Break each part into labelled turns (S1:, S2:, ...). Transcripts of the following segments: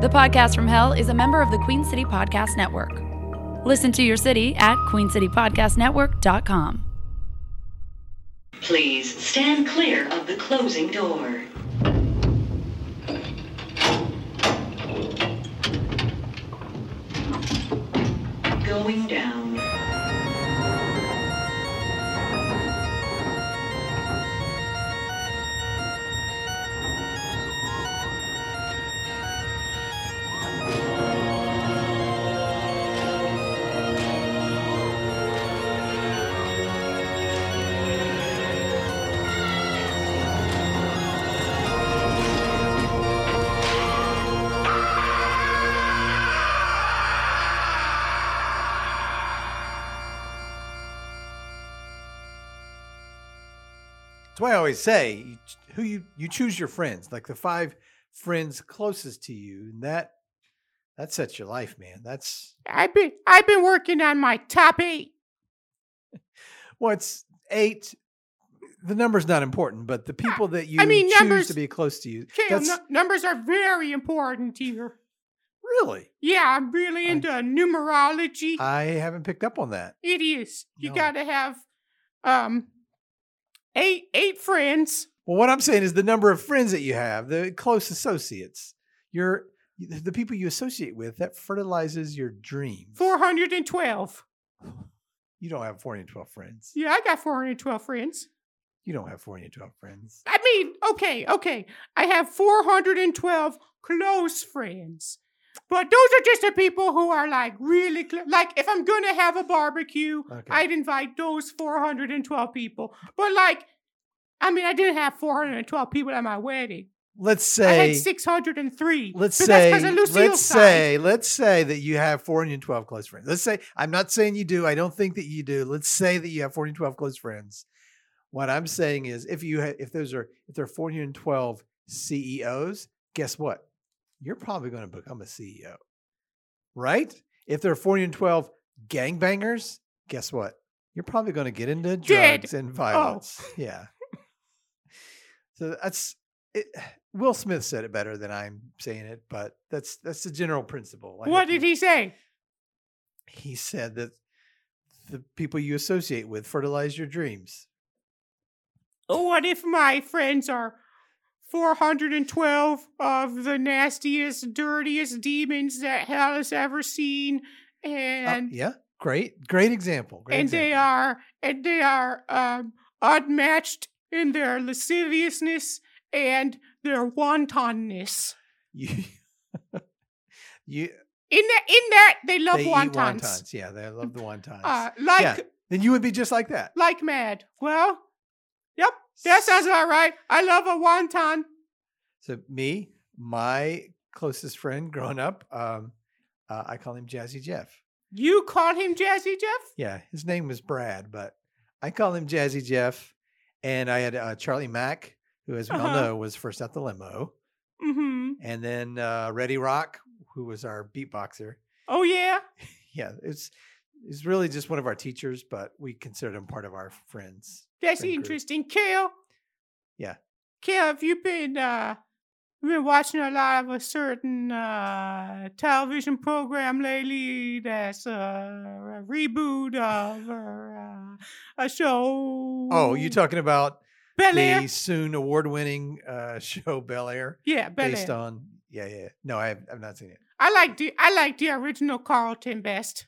S1: The Podcast from Hell is a member of the Queen City Podcast Network. Listen to your city at queencitypodcastnetwork.com.
S2: Please stand clear of the closing door. Going down.
S3: That's why I always say you ch- who you you choose your friends, like the five friends closest to you, and that that sets your life, man. That's
S4: I've been I've been working on my top eight.
S3: what's eight. The number's not important, but the people that you
S4: mean,
S3: choose
S4: numbers-
S3: to be close to you.
S4: Okay,
S3: That's
S4: nu- numbers are very important here.
S3: really.
S4: Yeah, I'm really
S3: I-
S4: into numerology.
S3: I haven't picked up on that.
S4: it is. You
S3: No.
S4: gotta have um eight eight friends.
S3: Well, what I'm saying is the number of friends that you have, the close associates, your the people you associate with, that fertilizes your dream.
S4: Four hundred and twelve.
S3: You don't have 412 friends.
S4: Yeah, I got four hundred and twelve friends.
S3: You don't have 412 friends.
S4: I mean, okay, okay. I have 412 close friends. But those are just the people who are like really close. Like, if I'm going to have a barbecue,
S3: Okay.
S4: I'd invite those 412 people. But, like, I mean, I didn't have 412 people at my wedding.
S3: Let's
S4: I
S3: say
S4: had 603.
S3: let's
S4: but
S3: say
S4: that's because of
S3: let's
S4: Lucille's side.
S3: say let's say that you have 412 close friends. Let's say I'm not saying you do. I don't think that you do. Let's say that you have 412 close friends. What I'm saying is if you ha- if those are if there are 412 CEOs, E guess what? You're probably going to become a CEO. Right? If there are 412 gangbangers, guess what? You're probably going to get into
S4: Dead. Oh.
S3: drugs and violence. Yeah. So that's it. Will Smith said it better than I'm saying it, but that's that's the general principle. I
S4: What
S3: hope you-
S4: did he say?
S3: He said that the people you associate with fertilize your dreams.
S4: Oh, What if my friends are 412 of the nastiest, dirtiest demons that hell has ever seen?
S3: Uh,
S4: And
S3: yeah, great, great example. Great
S4: and they
S3: example.
S4: are and they are um, unmatched in their lasciviousness and their wantonness.
S3: you. you
S4: In that in that they love
S3: they eat
S4: wontons.
S3: wontons. Yeah, they love the wontons.
S4: Uh, like
S3: Yeah. then you would be just like that.
S4: like mad. Well, yep, that sounds about right. I love a wonton.
S3: So me, my closest friend growing up, um, uh, I call him Jazzy Jeff.
S4: You call him Jazzy Jeff?
S3: Yeah, his name was Brad, but I call him Jazzy Jeff. And I had uh, Charlie Mack, who, as we all
S4: Uh-huh.
S3: know, was first out the limo,
S4: Mm-hmm.
S3: and then uh, Reddy Rock, who was our beatboxer.
S4: Oh yeah.
S3: Yeah, it's it's really just one of our teachers, but we considered him part of our friends.
S4: That's
S3: friend group.
S4: interesting. Kale.
S3: Yeah.
S4: Kale, have you been uh you been watching a lot of a certain uh television program lately that's uh, a reboot of uh, a show
S3: Oh, you talking about
S4: Bel Air?
S3: the soon award-winning uh, show Bel Air,
S4: Yeah, Bel
S3: based
S4: Air.
S3: on? Yeah, yeah. No, I have, I've not seen it.
S4: I like the I like the original Carlton best.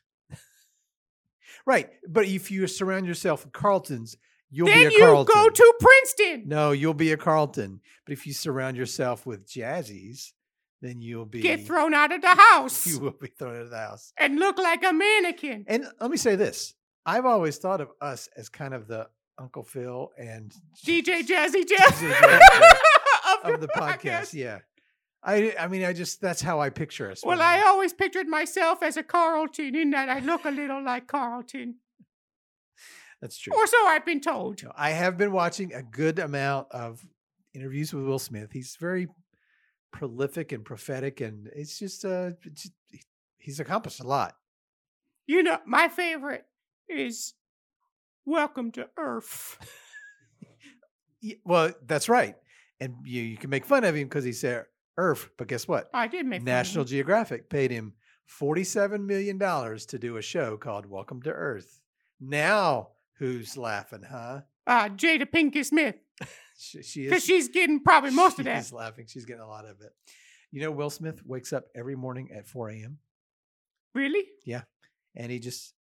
S3: Right, but if you surround yourself with Carltons, you'll
S4: then
S3: be a
S4: you
S3: Carlton.
S4: go to Princeton.
S3: No, you'll be a Carlton. But if you surround yourself with Jazzies, then you'll be
S4: Get thrown out of the house
S3: You will be thrown out of the house.
S4: and look like a mannequin.
S3: And let me say this: I've always thought of us as kind of the Uncle Phil and
S4: DJ Jazzy Jeff
S3: DJ Jeff
S4: of,
S3: of the podcast. Yeah, I I mean I just that's how I picture us.
S4: Well,
S3: when
S4: I always pictured myself as a Carlton in that I look a little like Carlton.
S3: that's true.
S4: Or so I've been told.
S3: You know, I have been watching a good amount of interviews with Will Smith. He's very prolific and prophetic, and it's just uh, it's, he's accomplished a lot.
S4: You know, my favorite is Welcome to Earth.
S3: Y- Well, that's right. And you, you can make fun of him because he said Earth. But guess what?
S4: I did make fun of
S3: National
S4: him.
S3: Geographic paid him $47 million to do a show called Welcome to Earth. Now, who's laughing, huh?
S4: uh, Jada Pinkett Smith
S3: She, she
S4: because
S3: is.
S4: she's getting probably most of that.
S3: She's laughing. She's getting a lot of it. You know, Will Smith wakes up every morning at 4 a.m.
S4: Really?
S3: and he just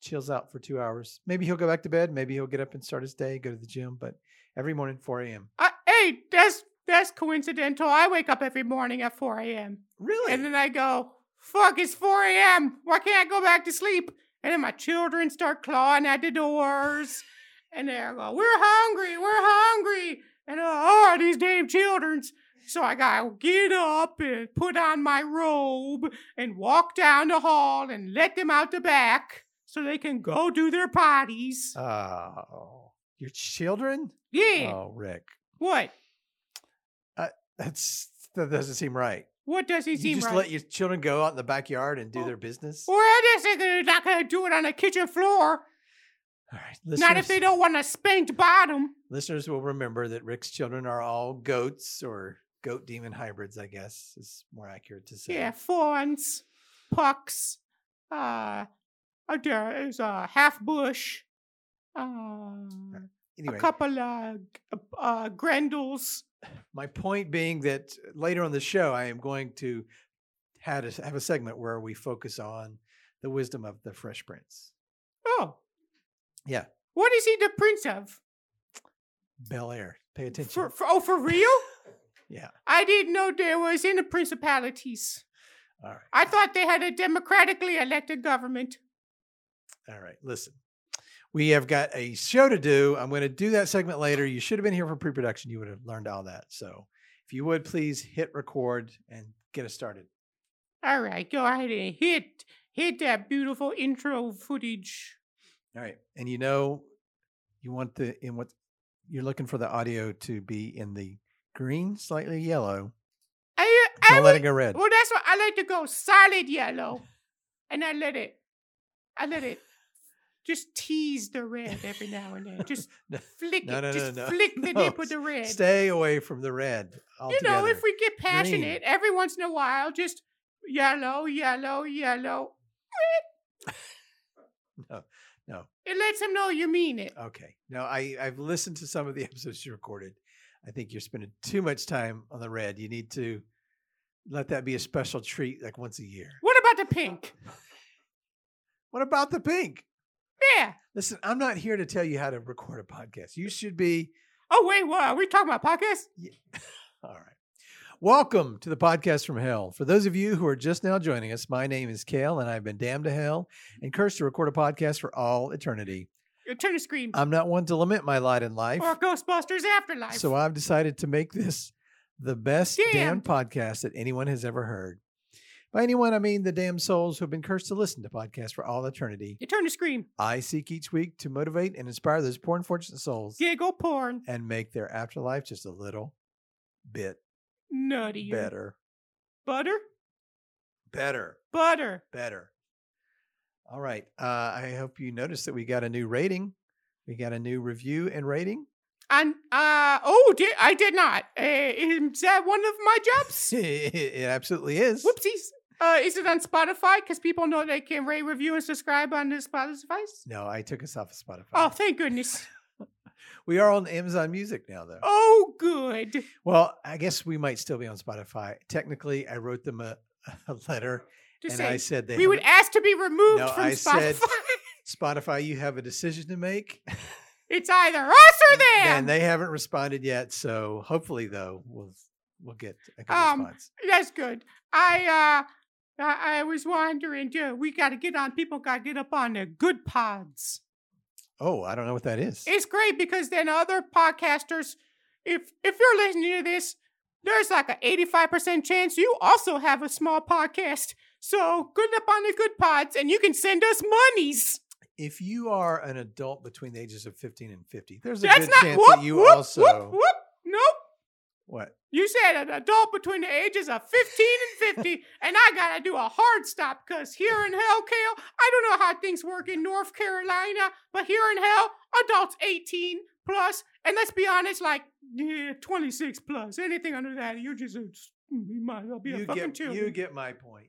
S3: chills out for two hours. Maybe he'll go back to bed. Maybe he'll get up and start his day, go to the gym. But every morning, 4 a.m.
S4: I, hey, that's that's coincidental. I wake up every morning at 4 a.m.
S3: Really?
S4: and then I go, "Fuck, it's 4 a.m. Why can't I go back to sleep?" And then my children start clawing at the doors, and they go, "We're hungry, we're hungry," and uh, oh, these damn children's. So I gotta get up and put on my robe and walk down the hall and let them out the back so they can go do their potties.
S3: Uh, oh, your children?
S4: yeah.
S3: Oh, Rick,
S4: What?
S3: that's that doesn't seem right.
S4: What does he
S3: You
S4: seem
S3: just
S4: right?
S3: let your children go out in the backyard and do
S4: Well-
S3: their business.
S4: well, I guess they're not gonna do it on the kitchen floor.
S3: All right,
S4: Not if they
S3: listeners-
S4: don't want a spanked bottom.
S3: Listeners will remember that Rick's children are all goats or goat demon hybrids. I guess is more accurate to say.
S4: Yeah, fawns, pucks. Uh, uh, there is a half bush. Uh,
S3: Anyway,
S4: A couple uh, g- uh, Grendels.
S3: My point being that later on the show, I am going to had a, have a segment where we focus on the wisdom of the Fresh Prince,
S4: Oh.
S3: Yeah.
S4: What is he the prince of?
S3: Bel Air. Pay attention.
S4: For, for, oh, for real?
S3: Yeah.
S4: I didn't know there was in the principalities.
S3: all right,
S4: I thought they had a democratically elected government.
S3: all right. Listen, we have got a show to do. I'm going to do that segment later. You should have been here for pre-production. You would have learned all that. So, if you would please hit record and get us started.
S4: All right, go ahead and hit hit that beautiful intro footage.
S3: All right, and you know, you want the in what you're looking for the audio to be in the green, slightly yellow.
S4: I,
S3: Don't
S4: I
S3: let
S4: would-
S3: it go red.
S4: Well, that's why I like to go solid yellow, and I let it, I let it, just tease the red every now and then. Just
S3: No,
S4: flick
S3: no,
S4: it,
S3: no, no,
S4: just
S3: no,
S4: flick the
S3: no,
S4: nip of the red.
S3: Stay away from the red.
S4: you
S3: Altogether.
S4: know, if we get passionate
S3: Green.
S4: every once in a while, just yellow, yellow, yellow.
S3: No, no.
S4: It lets them know you mean it.
S3: Okay. No, I, I've listened to some of the episodes you recorded. I think you're spending too much time on the red. You need to let that be a special treat like once a year.
S4: What about the pink?
S3: What about the pink?
S4: Yeah.
S3: Listen, I'm not here to tell you how to record a podcast. You should be
S4: Oh wait, what are we talking about? Podcasts?
S3: All right. Welcome to the podcast from hell. For those of you who are just now joining us, my name is Kale and I've been damned to hell and cursed to record a podcast for all eternity.
S4: Uh, Turn to scream
S3: I'm not one to lament my lot in life.
S4: or Ghostbusters Afterlife.
S3: So I've decided to make this the best damn
S4: Damned.
S3: podcast that anyone has ever heard. By anyone, I mean the damn souls who've been cursed to listen to podcasts for all eternity.
S4: You turn to scream.
S3: I seek each week to motivate and inspire those poor unfortunate souls
S4: Giggle porn.
S3: and make their afterlife just a little bit
S4: Nutty.
S3: better.
S4: Butter.
S3: Better.
S4: Butter.
S3: Better. All right. Uh, I hope you noticed that we got a new rating. We got a new review and rating.
S4: And uh oh, did, I did not. Uh, is that one of my jobs?
S3: it absolutely is.
S4: Whoopsies. Uh, is it on Spotify? Because people know they can rate, review, and subscribe on the Spotify.
S3: No, I took us off of Spotify.
S4: Oh, thank goodness.
S3: We are on Amazon Music now, though.
S4: Oh, good.
S3: Well, I guess we might still be on Spotify. Technically, I wrote them a, a letter
S4: Just
S3: and I
S4: say
S3: said they
S4: we
S3: have
S4: would
S3: a-
S4: ask to be removed
S3: No,
S4: from
S3: I
S4: Spotify.
S3: said- Spotify, you have a decision to make.
S4: it's either us or them.
S3: And they haven't responded yet. So hopefully, though, we'll we'll get a good
S4: Um,
S3: response.
S4: That's good. I uh, I, I was wondering. too. we got to get on. People got to get up on the good pods.
S3: Oh, I don't know what that is.
S4: It's great because then other podcasters, if if you're listening to this, there's like a 85% chance you also have a small podcast. So good up on the good pods, and you can send us monies.
S3: if you are an adult between the ages of 15 and 50, there's a
S4: That's
S3: good
S4: not
S3: chance
S4: whoop,
S3: that you
S4: whoop,
S3: also.
S4: whoop whoop. Nope.
S3: What?
S4: You said an adult between the ages of 15 and 50, and I gotta do a hard stop because here in hell, Kale, I don't know how things work in North Carolina, but here in hell, adults 18 plus, and let's be honest, like yeah, 26 plus. Anything under that, you're just a s- We might as well be a
S3: you
S4: fucking
S3: get
S4: children.
S3: you get my point.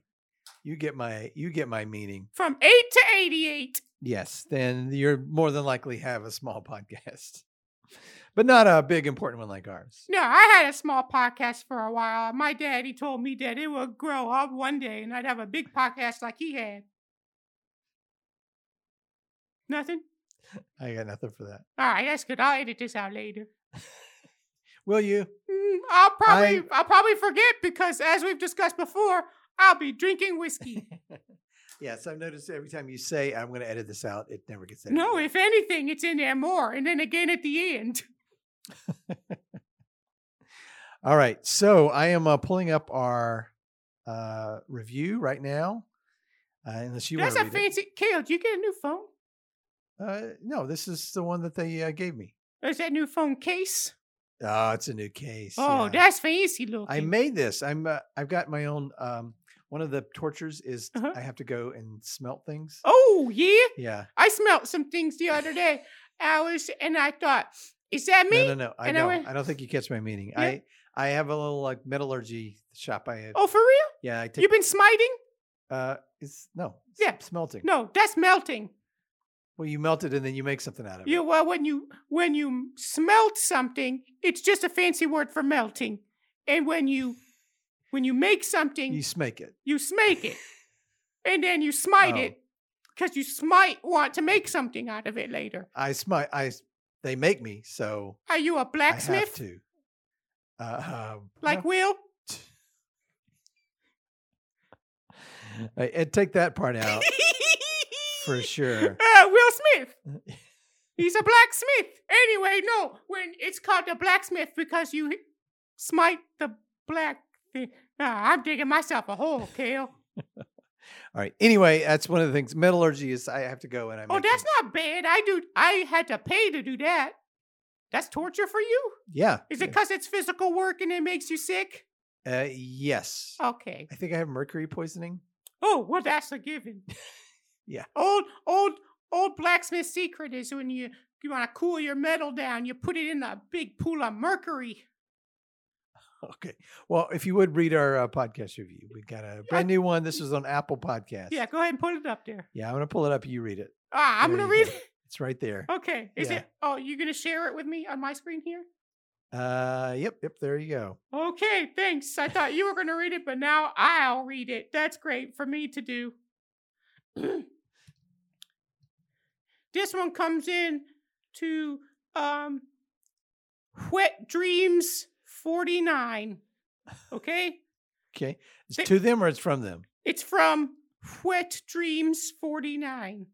S3: You get my you get my meaning.
S4: From eight to eighty-eight.
S3: Yes, then you're more than likely have a small podcast, but not a big important one like ours.
S4: No, I had a small podcast for a while. My daddy told me that it would grow up one day and I'd have a big podcast like he had. Nothing?
S3: I got nothing for that.
S4: All right, that's good. I'll edit this out later.
S3: Will you?
S4: Mm, I'll probably I'll probably forget because as we've discussed before, I'll be drinking whiskey.
S3: Yes, I've noticed every time you say I'm going to edit this out, it never gets edited.
S4: no,
S3: out.
S4: if anything, it's in there more. And then again at the end.
S3: All right. So I am uh, pulling up our uh, review right now. Uh, unless you want
S4: that's
S3: to
S4: a
S3: read
S4: fancy Kale, did you get a new phone?
S3: it. Uh, no, this is the one that they uh, gave me.
S4: Is that new phone case?
S3: Oh, it's a new case.
S4: Oh,
S3: yeah.
S4: that's fancy looking.
S3: I made this. I'm. Uh, I've got my own. Um, one of the tortures is t-
S4: Uh-huh.
S3: I have to go and smelt things.
S4: Oh yeah.
S3: Yeah.
S4: I smelled some things the other day, Alice, and I thought, is that me?
S3: No, no, no. I
S4: And I
S3: don't.
S4: went-
S3: I don't think you catch my meaning.
S4: Yeah.
S3: I. I have a little like metallurgy shop. I.
S4: Oh, for real?
S3: yeah. I take.
S4: You've been smiting?
S3: uh, it's no. s-
S4: Yeah.
S3: Smelting.
S4: No, that's melting.
S3: Well, you melt it and then you make something out of it.
S4: You well, when you when you smelt something, it's just a fancy word for melting. And when you when you make something,
S3: You
S4: you,
S3: smake it.
S4: smake it, and then you smite
S3: Oh.
S4: it because you might want to make something out of it later.
S3: I smite. I. s- They make me, so
S4: Are you a
S3: I have
S4: blacksmith
S3: to. Uh, um,
S4: like
S3: no.
S4: Will?
S3: Uh, and take that part out for sure.
S4: Uh, Will Smith. He's a blacksmith. Anyway, no, when it's called the blacksmith because you smite the black thing. Ah, I'm digging myself a hole, Kale.
S3: All right. Anyway, that's one of the things. Metallurgy is I have to go and I.
S4: Oh,
S3: make
S4: that's
S3: things.
S4: not bad. I do. I had to pay to do that. That's torture for you.
S3: Yeah.
S4: Is it because it's physical work and it makes you sick?
S3: Uh, yes.
S4: Okay.
S3: I think I have mercury poisoning.
S4: Oh, well, that's a given.
S3: Yeah.
S4: Old, old, old blacksmith secret is when you you want to cool your metal down, you put it in a big pool of mercury.
S3: Okay. Well, if you would read our uh, podcast review, we got a brand new one. This was on Apple Podcast.
S4: Yeah, go ahead and put it up there.
S3: Yeah. I'm gonna pull it up. You read it.
S4: Ah, I'm
S3: There
S4: gonna
S3: you
S4: read
S3: go.
S4: it.
S3: It's right there.
S4: Okay. Is
S3: Yeah.
S4: it? Oh, you're gonna share it with me on my screen here?
S3: Uh. Yep. Yep. There you go.
S4: Okay. Thanks. I thought you were gonna read it, but now I'll read it. That's great for me to do. this one comes in to um, Wet Dreams 49. Okay.
S3: Okay. It's
S4: They-
S3: to them or it's from them.
S4: It's from Wet Dreams 49.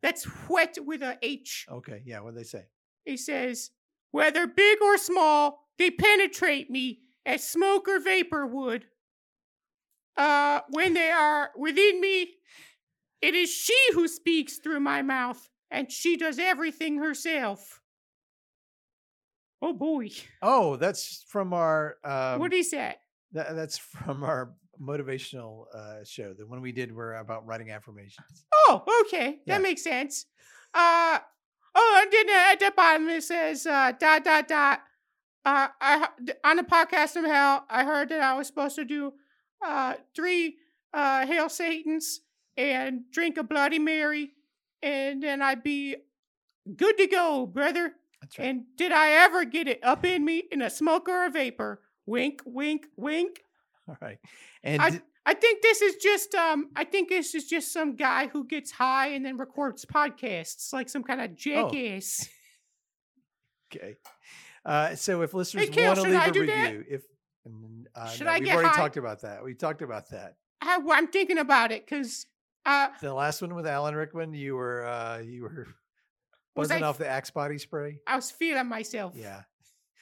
S4: That's wet with a H.
S3: Okay. Yeah. What would they say?
S4: He says, whether big or small, they penetrate me as smoke or vapor would. Uh, when they are within me, it is she who speaks through my mouth, and she does everything herself. Oh boy,
S3: Oh, that's from our. Um,
S4: what is that?
S3: tha- that's from our motivational uh, show. The one we did were about writing affirmations.
S4: Oh, okay,
S3: Yeah.
S4: that makes sense. Uh, oh, and then uh, at the bottom it says uh, dot dot dot. Uh, I h- d- on the podcast from hell, I heard that I was supposed to do uh three uh hail satans and drink a bloody mary, and then I'd be good to go, brother.
S3: That's right.
S4: And did I ever get it up in me in a smoke or a vapor? Wink, wink, wink.
S3: All right. And
S4: I,
S3: d-
S4: I think this is just um I think this is just some guy who gets high and then records podcasts like some
S3: Oh.
S4: kind of jackass.
S3: okay. Uh, so if listeners
S4: Kale,
S3: want to
S4: should
S3: leave
S4: I
S3: a
S4: do that?
S3: review, if mm, uh,
S4: Should
S3: no,
S4: I
S3: we've
S4: get
S3: already
S4: high?
S3: talked about that. We talked about that.
S4: I, well, I'm thinking about it because uh
S3: The last one with Alan Rickman, you were uh, you were
S4: Was
S3: buzzing
S4: I-
S3: off the Axe body spray.
S4: I was feeling myself.
S3: Yeah,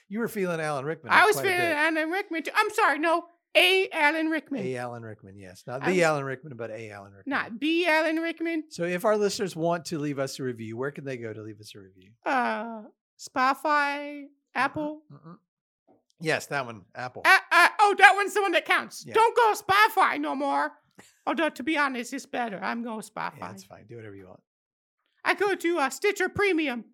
S3: you were feeling Alan Rickman.
S4: I
S3: up
S4: was
S3: quite a
S4: feeling
S3: bit.
S4: Alan Rickman. Too. I'm sorry, no, A. Alan Rickman,
S3: A Alan Rickman. Yes, not
S4: I
S3: the
S4: was-
S3: Alan Rickman, but A Alan Rickman.
S4: not B. Alan Rickman.
S3: So if our listeners want to leave us a review, where can they go to leave us a review? Mm-hmm,
S4: Uh,
S3: Uh-huh.
S4: Spotify, Apple.
S3: Mm-mm. Yes, that one, Apple.
S4: Uh, uh, oh, that one's the one that counts.
S3: Yeah.
S4: Don't go Spotify no more. Although to be honest, it's better. I'm going Spotify.
S3: yeah, that's fine. Do whatever you want.
S4: I go to uh, Stitcher Premium.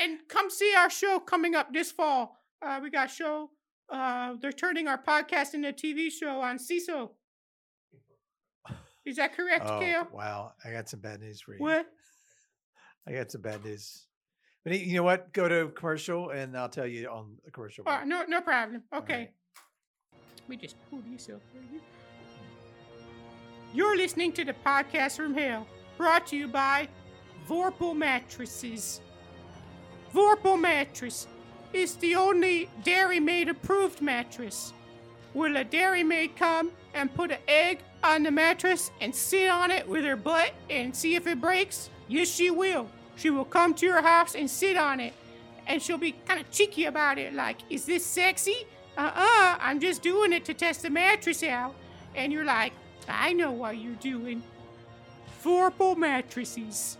S4: and come see our show coming up this fall. Uh, we got a show uh, they're turning our podcast into a TV show on CISO. Is that correct,
S3: Oh,
S4: Kale?
S3: wow. I got some bad news for you.
S4: What?
S3: I got some bad news. But you know what? Go to commercial and I'll tell you on the commercial.
S4: Oh,
S3: break.
S4: no, no problem.
S3: right.
S4: Okay. We just pulled this up. right here. You're listening to the podcast from Hell, brought to you by Vorpal Mattresses. Vorpal Mattress is the only Dairy Maid approved mattress. Will a Dairy Maid come and put an egg on the mattress and sit on it with her butt and see if it breaks? Yes, she will. She will come to your house and sit on it and she'll be kind of cheeky about it like is this sexy uh-uh i'm just doing it to test the mattress out and you're like i know what you're doing vorpal mattresses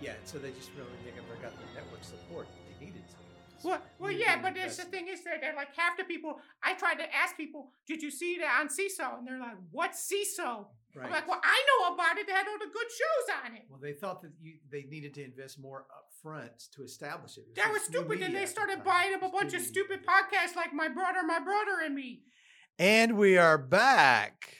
S3: Yeah, so they just really never got the network support that they needed to.
S4: well, well
S3: You
S4: yeah
S3: gotta
S4: but that's the
S3: invest-
S4: thing is that they're like half the people i tried to ask people did you see that on seesaw and they're like what's seesaw
S3: Right.
S4: i'm like well i know about it they had all the good shows on it
S3: well, they thought that you, they needed to invest more upfront to establish it. It
S4: that was
S3: just new
S4: stupid and
S3: media
S4: they
S3: at the
S4: started
S3: time.
S4: buying up a
S3: It's new
S4: bunch of
S3: media.
S4: stupid podcasts like my brother my brother and me
S3: And we are back.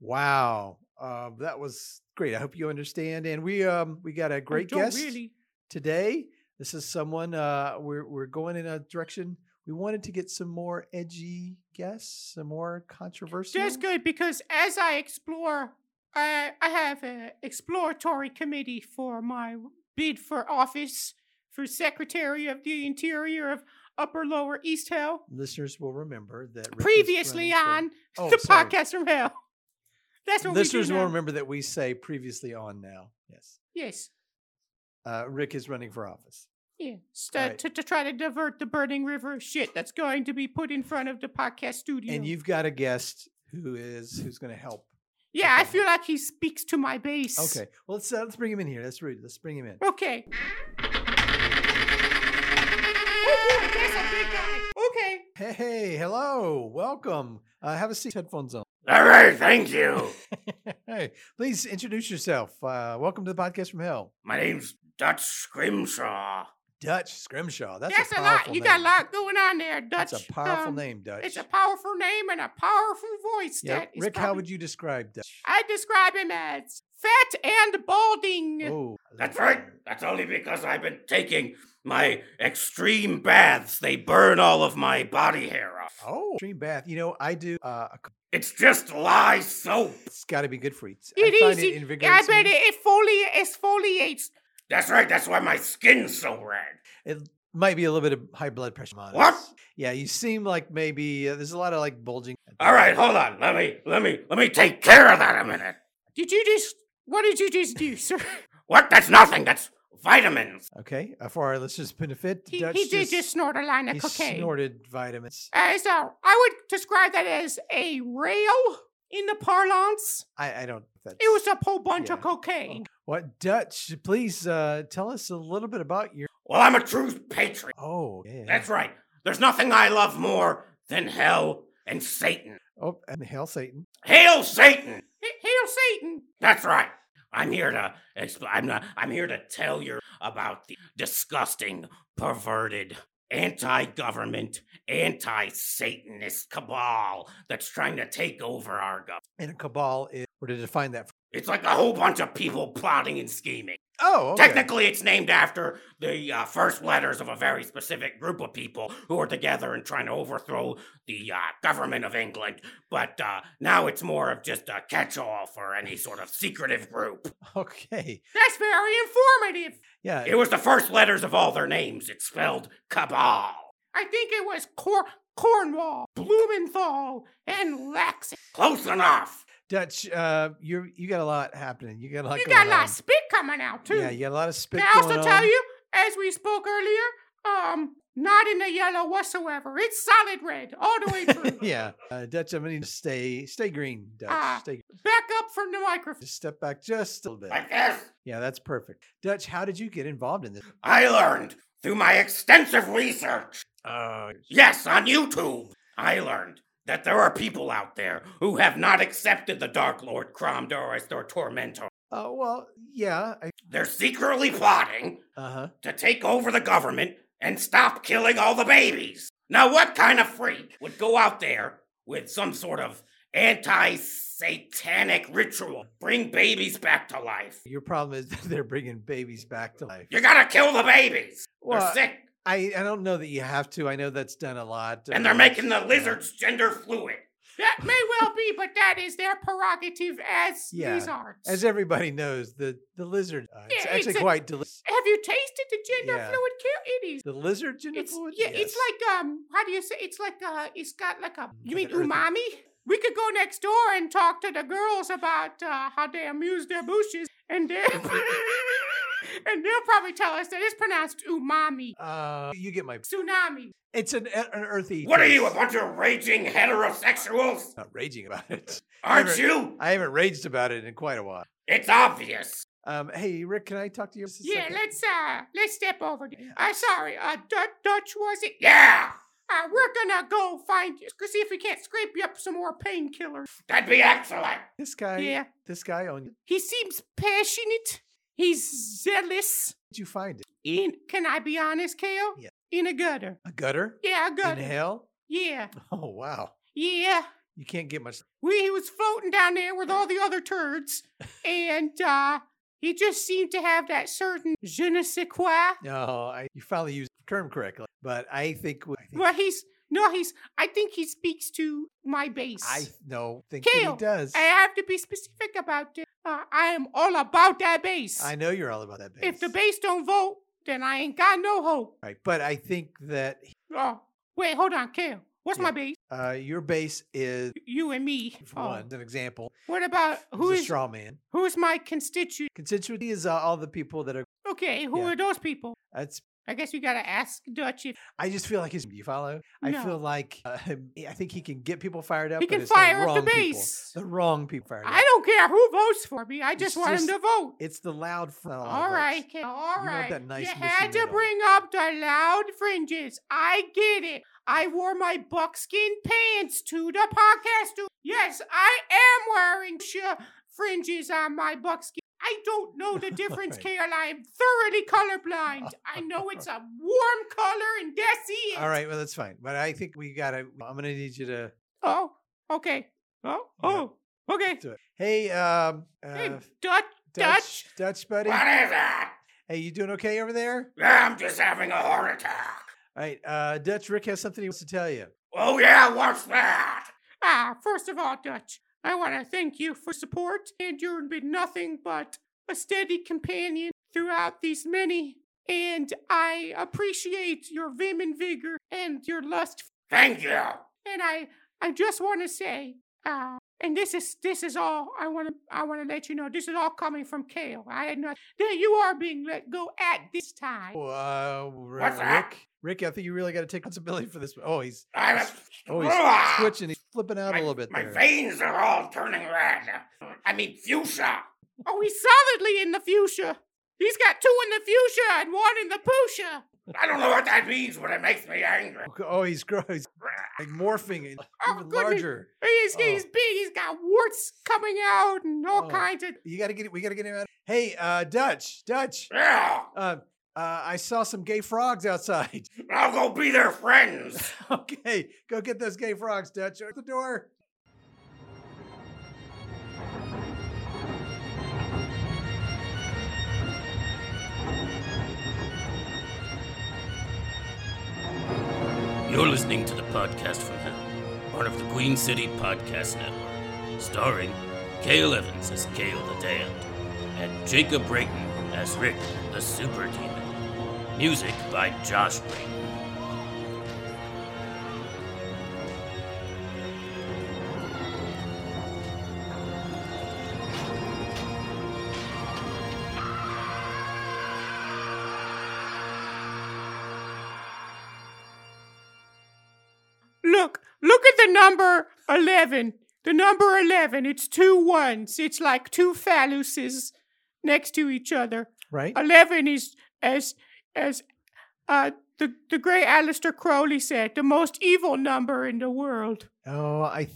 S3: Wow, uh, that was great. I hope you understand. And we um we got a
S4: I
S3: great
S4: don't
S3: guest
S4: really
S3: today. This is someone uh we're we're going in a direction. We wanted to get some more edgy guests, some more controversial.
S4: That's good because as I explore, I I have an exploratory committee for my bid for office for Secretary of the Interior of Upper Lower East Hell.
S3: Listeners will remember that Rick is
S4: Previously
S3: running
S4: on
S3: for- Oh,
S4: the
S3: sorry.
S4: podcast from Hell. That's what
S3: Listeners
S4: we do
S3: will
S4: now.
S3: remember that we say previously on now. Yes.
S4: Yes,
S3: Uh, Rick is running for office.
S4: yeah. s-
S3: All
S4: uh,
S3: right.
S4: to, to try to divert the burning river of shit that's going to be put in front of the podcast studio.
S3: And you've got a guest who is who's going to help.
S4: yeah, I
S3: okay.
S4: feel like he speaks to my base.
S3: Okay. Well, let's uh, let's bring him in here. Let's read. Let's bring him in.
S4: Okay. Oh, boy, that's a big guy. Okay.
S3: Hey, hey, hello, welcome. Uh, have a seat. Headphones on.
S5: All right, thank you.
S3: hey, please introduce yourself. Uh, welcome to the podcast from hell.
S5: My name's Dutch Scrimshaw.
S3: Dutch Scrimshaw. That's,
S4: That's,
S3: a,
S4: a,
S3: powerful
S4: lot. You
S3: name.
S4: got a lot going on there, Dutch.
S3: That's a powerful
S4: um,
S3: name, Dutch.
S4: It's a powerful name and a powerful voice.
S3: Yep.
S4: That is
S3: Rick, how
S4: probably-
S3: would you describe Dutch?
S4: I describe him as fat and balding.
S3: Oh, I
S5: That's
S3: love
S5: right.
S3: that.
S5: That's only because I've been taking my extreme baths. They burn all of my body hair off.
S3: Oh, extreme bath. You know, I do. Uh, a-
S5: It's just lye soap.
S3: it's got to be good for you. I
S4: It
S3: find
S4: is.
S3: It
S4: it- I
S3: invigorates
S4: bet
S3: me.
S4: it exfoli- exfoliates.
S5: That's right. That's why my skin's so red.
S3: Might be a little bit of high blood pressure. on
S5: What?
S3: us. Yeah, you seem like maybe uh, there's a lot of like bulging. at the
S5: All right,
S3: back.
S5: hold on. Let me, let me, let me take care of that a minute.
S4: Did you just? What did you just do, sir?
S5: What? That's nothing. That's vitamins.
S3: Okay. Uh, for our listeners' benefit,
S4: he,
S3: Dutch
S4: he did just snort a line of
S3: he
S4: cocaine.
S3: snorted vitamins.
S4: Uh, so I would describe that as a rail in the parlance.
S3: I, I don't. That's,
S4: It was a whole bunch of
S3: Yeah.
S4: cocaine.
S3: What Dutch? Please uh, tell us a little bit about your.
S5: Well, I'm a true patriot.
S3: Oh, yeah.
S5: That's right. There's nothing I love more than hell and Satan.
S3: Oh, and hail Satan!
S5: Hail Satan!
S4: He- Hail Satan!
S5: That's right. I'm here to expl- I'm not I'm here to tell you about the disgusting, perverted, anti-government, anti-Satanist cabal that's trying to take over our government.
S3: And a cabal is. Or to define that. For,
S5: It's like a whole bunch of people plotting and scheming.
S3: oh, okay.
S5: Technically, it's named after the uh, first letters of a very specific group of people who are together and trying to overthrow the uh, government of England. But uh, now it's more of just a catch-all for any sort of secretive group.
S3: Okay.
S4: That's very informative.
S3: Yeah.
S5: It was the first letters of all their names. It's spelled cabal.
S4: I think it was Cor- Cornwall, Blumenthal, and Lex.
S5: Close enough.
S3: Dutch, uh, you you got a lot happening. You got a lot.
S4: You
S3: going
S4: got a lot
S3: on.
S4: of spit coming out too.
S3: Yeah, you got a lot of spit.
S4: Can I also
S3: going
S4: tell
S3: on.
S4: you, as we spoke earlier, um, not in the yellow whatsoever. It's solid red all the way through.
S3: yeah, uh, Dutch, I'm gonna need to stay stay green, Dutch.
S4: Ah.
S3: stay,
S4: Back up from the microphone.
S3: just step back just a little bit.
S5: Like this,
S3: Yeah, that's perfect. Dutch, how did you get involved in this?
S5: I learned through my extensive research.
S3: Uh,
S5: Yes, on YouTube. I learned that there are people out there who have not accepted the Dark Lord Cromdor as their tormentor.
S3: uh well, yeah.
S5: They're secretly plotting
S3: Uh huh.
S5: to take over the government and stop killing all the babies. Now, what kind of freak would go out there with some sort of anti satanic ritual, bring babies back to life?
S3: Your problem is they're bringing babies back to life.
S5: You gotta kill the babies.
S3: Well,
S5: they're sick,
S3: I, I don't know that you have to. I know that's done a lot.
S5: and they're
S3: uh,
S5: making the
S3: yeah.
S5: lizards gender fluid.
S4: That may well be, but that is their prerogative as
S3: Yeah,
S4: these arts.
S3: As everybody knows, the the lizard. Uh, it's
S4: Yeah,
S3: actually
S4: it's a-
S3: quite delicious.
S4: Have you tasted the gender
S3: Yeah.
S4: fluid kill itties?
S3: The lizard gender
S4: It's
S3: fluid?
S4: yeah, it's
S3: Yes.
S4: like um, how do you say? It's like uh, it's got like a. You mean
S3: Like an earthy-
S4: umami? We could go next door and talk to the girls about uh, how they amuse their bushes, and they and they'll probably tell us that it's pronounced umami,
S3: Uh, you get my.
S4: tsunami.
S3: It's an, e- an earthy.
S5: What are
S3: taste.
S5: you, a bunch of raging heterosexuals?
S3: Not raging about it.
S5: Aren't
S3: Never-
S5: you?
S3: I haven't raged about it in quite a while.
S5: It's obvious.
S3: Um, hey Rick, can I talk to you? just a
S4: Yeah,
S3: second?
S4: let's uh, let's step over. there. Uh, sorry, uh, Dut- Dutch was it?
S5: Yeah,
S4: Uh, we're gonna go find you, see if we can't scrape you up some more painkillers.
S5: that'd be excellent.
S3: This guy.
S4: Yeah,
S3: This guy on. Did
S4: he seems passionate. He's zealous.
S3: you find it?
S4: In can I be honest, Kale?
S3: Yeah.
S4: In a gutter.
S3: A gutter.
S4: Yeah, a gutter.
S3: In hell.
S4: Yeah,
S3: Oh wow.
S4: yeah.
S3: You can't get much.
S4: We he was floating down there with all the other turds, and uh he just seemed to have that certain je ne sais quoi.
S3: No, I. You finally used the term correctly, but I think. w- I think
S4: Well, he's no, he's. I think he speaks to my base.
S3: I no think that
S4: Kale,
S3: he does.
S4: I have to be specific about it. Uh, I am all about that base.
S3: I know you're all about that. Base.
S4: If the base don't vote, then I ain't got no hope.
S3: Right, but I think that
S4: Oh, wait, hold on, Kale. What's
S3: Yeah.
S4: my base?
S3: uh, your base is
S4: You and me.
S3: for
S4: Oh.
S3: one, as an example.
S4: What about Uh, who
S3: Who is a
S4: is
S3: straw man?
S4: who is my constituent?
S3: Constituency is uh, all the people that are.
S4: Okay, who
S3: Yeah.
S4: are those people?
S3: That's.
S4: I guess you gotta ask Dutch if
S3: I just feel like he's. Do you follow? I
S4: No.
S3: feel like uh, I think he can get people fired up.
S4: he
S3: but
S4: can
S3: it's the
S4: fire up the
S3: wrong people.
S4: base.
S3: The wrong people fired
S4: I
S3: up.
S4: don't care who votes for me. I
S3: It's
S4: just want him
S3: just-
S4: to vote.
S3: It's the loud. fr- not a lot of
S4: All
S3: votes.
S4: right, Kale. All
S3: want
S4: right.
S3: that nice
S4: you had
S3: mushy
S4: to
S3: middle.
S4: bring up the loud fringes. I get it. I wore my buckskin pants to the podcast. to- Yes, I am wearing sh- fringes on my buckskin. I don't know the difference,
S3: Alright.
S4: Kale. I'm thoroughly colorblind. I know it's a warm color, and that's it.
S3: All right. Well, that's fine. But I think we gotta. I'm gonna need you to
S4: Oh, okay. Oh,
S3: Yeah.
S4: oh, okay.
S3: do it. Hey, um, uh,
S4: Hey, Dutch,
S3: Dutch, Dutch buddy.
S5: What is that?
S3: Hey, you doing okay over there?
S5: Yeah, I'm just having a heart attack.
S3: All right, uh, Dutch Rick has something he wants to tell you.
S5: Oh yeah, what's that?
S4: Ah, first of all, Dutch, I want to thank you for support, and you've been nothing but a steady companion throughout these many. And I appreciate your vim and vigor and your lust.
S5: Thank you.
S4: And I, I just want to say, uh, and this is this is all I want to I want to let you know. This is all coming from Kale. I had not. That you are being let go at this time.
S3: Oh, uh, Ri-
S5: What's that?
S3: Rick, Rick, I think you really got to take responsibility for this. one. Oh, he's
S5: I'm
S3: oh he's
S5: Ah!
S3: twitching, he's flipping out
S5: my,
S3: a little bit
S5: my
S3: there.
S5: veins are all turning red. I mean fuchsia.
S4: Oh, he's solidly in the fuchsia. He's got two in the fuchsia and one in the pusha.
S5: I don't know what that means, but it makes me angry.
S3: Okay, Oh, he's growing, he's like morphing and
S4: Oh,
S3: even
S4: goodness.
S3: larger.
S4: He's,
S3: Oh.
S4: he's big. He's got warts coming out and all
S3: Oh.
S4: kinds of.
S3: You got to get, we got to get him out. Hey, uh, Dutch, Dutch,
S5: Yeah,
S3: uh, uh, I saw some gay frogs outside.
S5: I'll go be their friends.
S3: okay, go get those gay frogs, Dutch. Open the door.
S5: You're listening to the podcast from Hell, part of the Queen City Podcast Network, starring Cale Evans as Cale the Damned and Jacob Brayton as Rick the Super Demon. Music by Josh Brayton.
S4: Look, look at the number 11. The number 11. It's two ones. It's like two phalluses next to each other.
S3: Right?
S4: 11 is, as, as uh, the, the great Alistair Crowley said, the most evil number in the world.
S3: Oh, I th-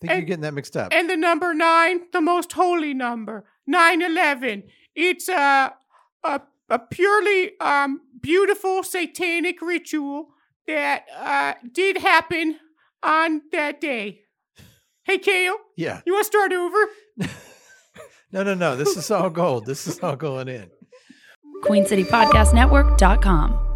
S3: think you're
S4: And-
S3: getting that mixed up.
S4: And the number nine, the most holy number, 9 11. It's a, a a purely um, beautiful satanic ritual that uh, did happen on that day. Hey, Kale,
S3: Yeah.
S4: you want to start over?
S3: No, no, no. This is all gold. This is all going in.
S1: QueenCityPodcastNetwork.com.